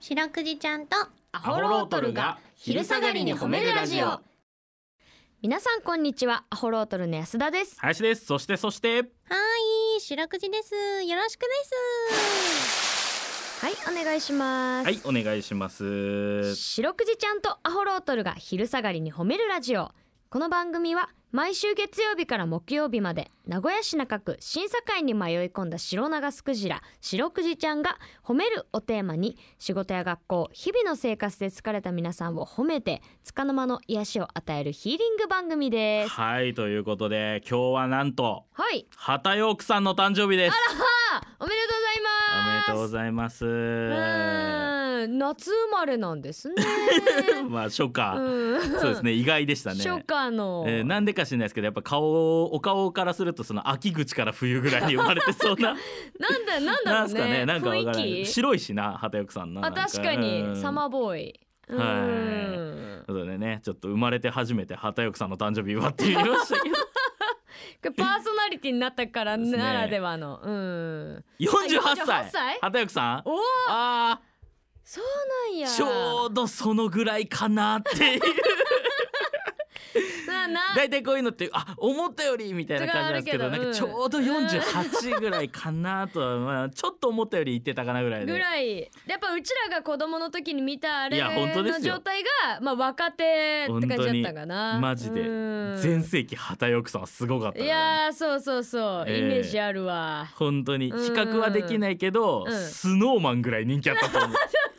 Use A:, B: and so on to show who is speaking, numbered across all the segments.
A: 白くじちゃんとア
B: ホロートルが昼下がりに褒めるラジオ
C: 皆さんこんにちはアホロートルの安田です
B: 林ですそしてそして
A: い白くじですよろしくです
C: はいお願いします
B: はいお願いします
C: 白くじちゃんとアホロートルが昼下がりに褒めるラジオこの番組は毎週月曜日から木曜日まで名古屋市中区審査会に迷い込んだ白長スクジラ白くじちゃんが「褒める」をテーマに仕事や学校日々の生活で疲れた皆さんを褒めて束の間の癒しを与えるヒーリング番組です
B: はいということで今日はなんと
C: はい
B: 畑陽さんの誕生日です
C: あおめでとう
B: お
C: ござい
B: め
C: ます
B: でとうございます
C: うーん夏生まれなんですね。
B: まあ初夏
C: うん
B: そうです。ね意外でしたね
C: 初夏の。
B: えーなんでか知らないですけどやっぱ顔お顔からするとその秋口から冬ぐらいに生まれてそうな
C: なんだなん だ
B: な
C: ろ
B: ん
C: う
B: すかね
C: ね。
B: なんかわからな
C: 雰囲
B: い
C: 気。
B: 白いしな畑陽さんなな
C: あ
B: んか
C: 確か
B: うん
C: にサマーボーイ。うん
B: はということでねちょっと生まれて初めて畑横さんの誕生日祝ってみました けど
C: これパーソナリティになったから
B: すね
C: ならではの。うん。
B: 48
C: 48
B: 歳
C: 歳
B: 畑横さん
C: おお
B: あ
C: そうなんや。
B: ーちょうどそのぐらいかなっていう
C: なな。
B: 大体こういうのってあ思ったよりみたいな感じなんですけど
C: 違うあ
B: なん
C: るけど
B: かちょうど48ぐらいかなとは、まあ、ちょっと思ったより言ってたかなぐらいで
C: ぐらいやっぱうちらが子供の時に見たあ
B: い
C: れ
B: や本当です
C: の
B: よ
C: 状態がまあ若手って感じだったかな
B: マジで
C: うん
B: 全盛期畑横さんはすごかった
C: いやーそうそうそう、
B: ええ
C: イメージあるわ
B: 本当に比較はできないけど、
C: うん
B: スノーマンぐらい人気あった と思う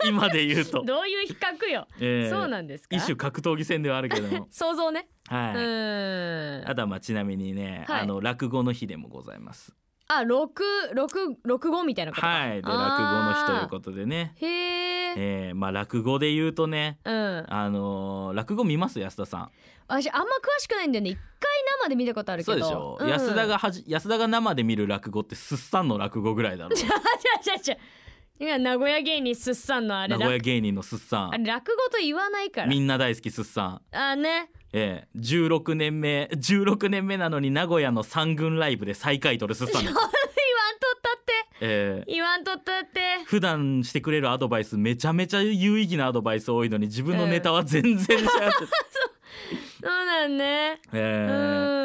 B: 今で言うと、
C: どういう比較よ、
B: えー
C: そうなんですか
B: 一種格闘技戦ではあるけども
C: 想像ね、
B: はい、
C: うーん
B: あとはまあちなみにね、
C: はい
B: あの落語の日でもございます
C: あ六六六五みたいなことか
B: はいで落語の
C: あー
B: 日ということでね
C: へえ、
B: えー、まあ落語で言うとね
C: うん
B: あのー落語見ます安田さ
C: 私あんま詳しくないんだよね一回生で見たことあ
B: ん
C: るけ
B: そう
C: ど
B: でしょ、
C: ん
B: 安田がはじ安田が生で見る落語ってすっさんの落語ぐらいだ ろ
C: あ違う違う違う今名古屋芸人すっさんのあれ
B: 名
C: 落
B: 古屋芸人のすっさ
C: あれ
B: ん
C: 落語と言わないから
B: みんな大好きすっさん
C: あね
B: ええ16年目16年目なのに名古屋の三軍ライブで最下位取るすっさんで
C: 言
B: す
C: わんとったって
B: ええ
C: 言わんとったって
B: 普段してくれるアドバイスめちゃめちゃ有意義なアドバイス多いのに自分のネタは全然 違う、
C: そうなんね、
B: えー
C: うん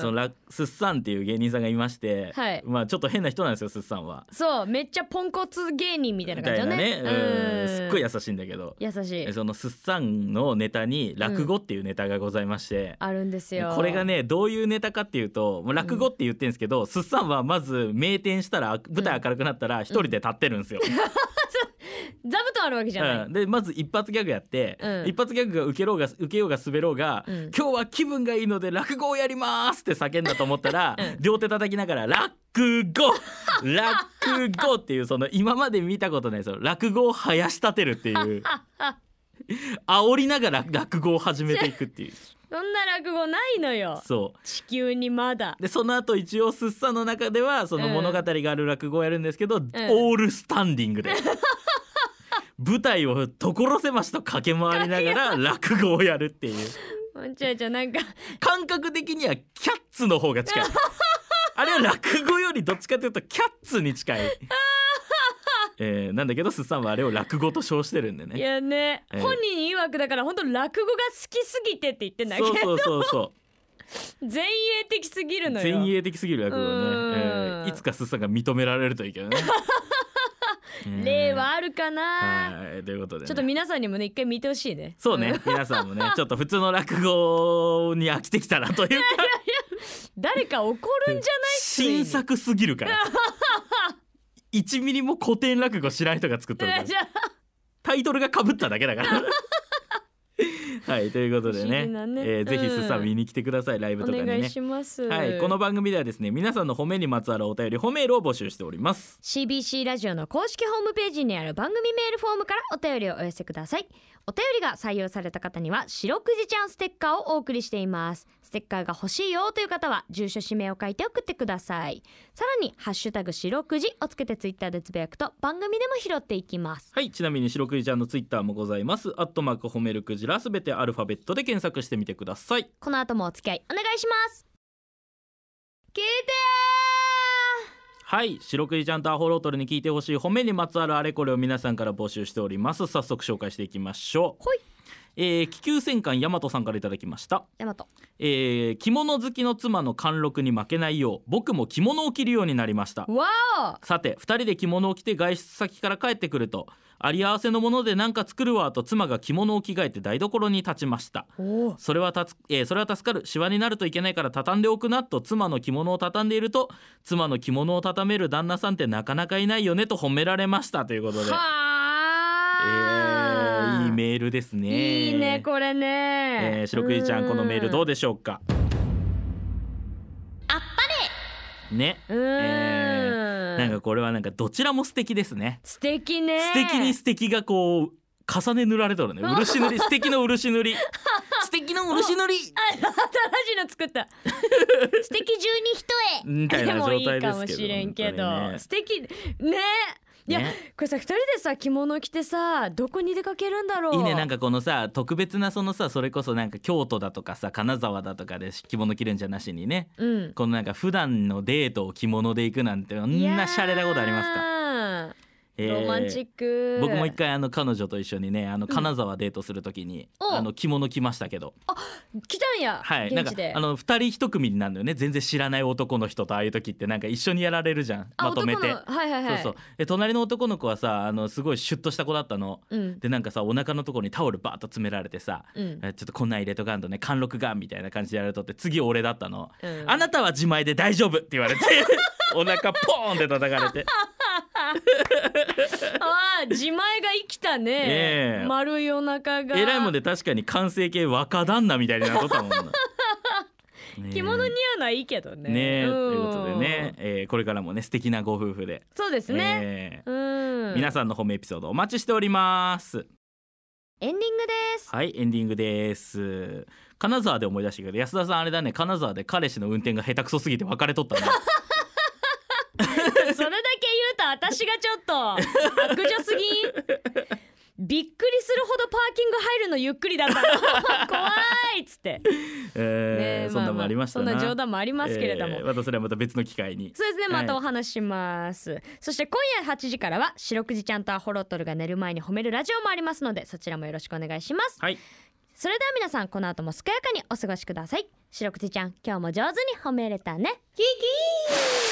B: そのラスッサンっていう芸人さんがいまして、
C: はい
B: まあちょっと変な人なんですよスッサンは。
C: そうめっちゃポンコツ芸人みたいな
B: み
C: 感
B: た
C: じ
B: い
C: だ
B: な
C: ね
B: ね、うん
C: うん
B: すっごい優しいんだけど
C: 優しい
B: そのスッサンのネタに落語っていうネタがございまして、
C: あるんですよ
B: これがねどういうネタかっていうともう落語って言ってるんですけど、すっスッサンはまず名店したら舞台明るくなったら一人で立ってるんですよ。
C: 座布団あるわけじゃない、
B: うん、でまず一発ギャグやって、
C: うん
B: 一発ギャグが受けろうが受けようが滑ろうが、
C: うん
B: 今日は気分がいいので落語をやりますって叫んだと思った ら、両手叩きながら落語落語っていうその今まで見たことないその落語を生やし立てるって いう。煽りながら落語を始めていくって いう
C: そんな落語ないのよ
B: そう
C: 地球にまだ
B: でその後一応すっさんの中ではその
C: うん
B: 物語がある落語をやるんですけど、オールスタンディン グで舞台を所狭しと駆け回りながら落語をやるっていう
C: じゃじゃなんか
B: 感覚的にはキャッツの方が 近いあれは落語よりどっちかというとキャッツに近い、 えーなんだけどすっさんはあれを落語と称してるんで
C: い
B: ね
C: やね、
B: ええ
C: 本人曰くだから本当落語が好きすぎてって言ってんだけ
B: そう
C: ど
B: そうそうそう
C: 前衛的すぎるのよ
B: 前衛的すぎる落語
C: うん
B: ね、えーいつかすっさんが認められるといい けどね
C: 例はあるかな、
B: はい、ということで、ね、
C: ちょっと皆さんにもね一回見てほしいね
B: そうね、皆さんもね、 ちょっと普通の落語に飽きてきたなというか、
C: 誰か怒るんじゃ ないついに
B: 新作すぎるから。1ミリも古典落語知らん人が作ったるから
C: じゃ
B: タイトルが被っただけだ から。はい、ということで
C: 不思
B: ね、
C: 議なね
B: えーぜひすさん見に来てください、ライブ
C: お
B: とかにね。
C: 願いします、
B: はい、この番組ではですね、皆さんの褒めにまつわるお便り、褒めールを募集しております。
C: CBC ラジオの公式ホームページにある番組メールフォームからお便りをお寄せくださいお便りが採用された方には白くじちゃんステッカーをお送りしていますステッカーが欲しいよという方は住所氏名を書いて送ってくださいさらにハッシュタグ白くじをつけてツイッターでつぶやくと番組でも拾っていきます
B: はいちなみに白くじちゃんのツイッターもございますアットマーク褒めるクジラすべてアルファベットで検索してみてください
C: この後もお付き合いお願いします聞いて
B: はい白くじちゃんとアホロートルに聞いてほしい褒めにまつわるあれこれを皆さんから募集しております早速紹介していきましょう
C: ほい
B: えー気球戦艦ヤマトさんからいただきました、
C: 大和
B: えー着物好きの妻の貫禄に負けないよう僕も着物を着るようになりました
C: わあ
B: さて2人で着物を着て外出先から帰ってくるとあり合わせのもので何か作るわと妻が着物を着替えて台所に立ちました
C: お
B: それはたつ、えーそれは助かるシワになるといけないから畳んでおくなと妻の着物を畳んでいると妻の着物を畳める旦那さんってなかなかいないよねと褒められましたということで
C: は、
B: え
C: あ、
B: ー、いいメールですね
C: いいねこれね、
B: えー、白くじちゃんこのメールどうでしょうか
A: あっ
B: ね
C: うーん、
B: えなんかこれはなんかどちらも素敵ですね
C: 素敵ね
B: 素敵に素敵がこう重ね塗られとる ね漆塗り素敵の漆塗り素敵の漆塗り
C: 新しいの作った 素敵十二人へ
B: みたい な
C: でもい
B: 状態
C: い
B: で
C: か
B: す
C: も
B: けど
C: しれんけ
B: 本当に
C: ど
B: ね
C: 素敵ねいや
B: ね
C: これさ二人でさ着物着てさどこに出かけるんだろう
B: いいねなん
C: か
B: かこのさ特別なそのさそれこそなんか京都だとかさ金沢だとかで着物着るんじゃなしにね
C: うん
B: このなんか普段のデートを着物で行くなんてこんな洒落なことありますか、
C: か
B: えー
C: ロマンチック
B: 僕も一回あの彼女と一緒にねあの金沢デートするときに、
C: お
B: あの着物着ましたけど
C: 来たんや
B: はいなんか
C: 現地で
B: あの二人一組になるのよね全然知らない男の人とああいう時ってなんか一緒にやられるじゃん
C: あ
B: まとめて、
C: 男のはいはいはい
B: そうそうで隣の男の子はさあのすごいシュッとした子だったの
C: うん
B: でなんかさお腹のところにタオルバーッと詰められてさ
C: うん
B: えちょっとこんなん入れとかんとね貫禄がんみたいな感じでやられとって次俺だったの、
C: うん
B: あなたは自前で大丈夫って言われて お腹ポーンって叩かれ て
C: あー自前が生きたね、
B: ええ
C: 丸いお腹が
B: えらいもんで確かに完成形若旦那みたいになっとったも んなねえ
C: 着物似合うのはいいけどね
B: ねえ
C: うん
B: ということでね、えーこれからもね素敵なご夫婦で、
C: そうですね、
B: えー
C: うん
B: 皆さんの褒めエピソードお待ちしております
C: エンディン グです
B: はいエンディングです金沢で思い出したけど安田さんあれだね金沢で彼氏の運転が下手くそすぎて別れとったね
C: それだけ言うと私がちょっと悪女すぎびっくりするほどパーキング入るのゆっくり だったの怖いっつって、
B: えー
C: ね
B: そんなもんありましたな、
C: そんな冗談もありますけれども、
B: えーまたそれはまた別の機会に
C: そうですね
B: はい
C: またお話しします、そして今夜8時からは白くじちゃんとアホロットルが寝る前に褒めるラジオもありますのでそちらもよろしくお願いします
B: はい
C: それでは皆さんこの後も健やかにお過ごしください白くじちゃん今日も上手に褒めれたねキキー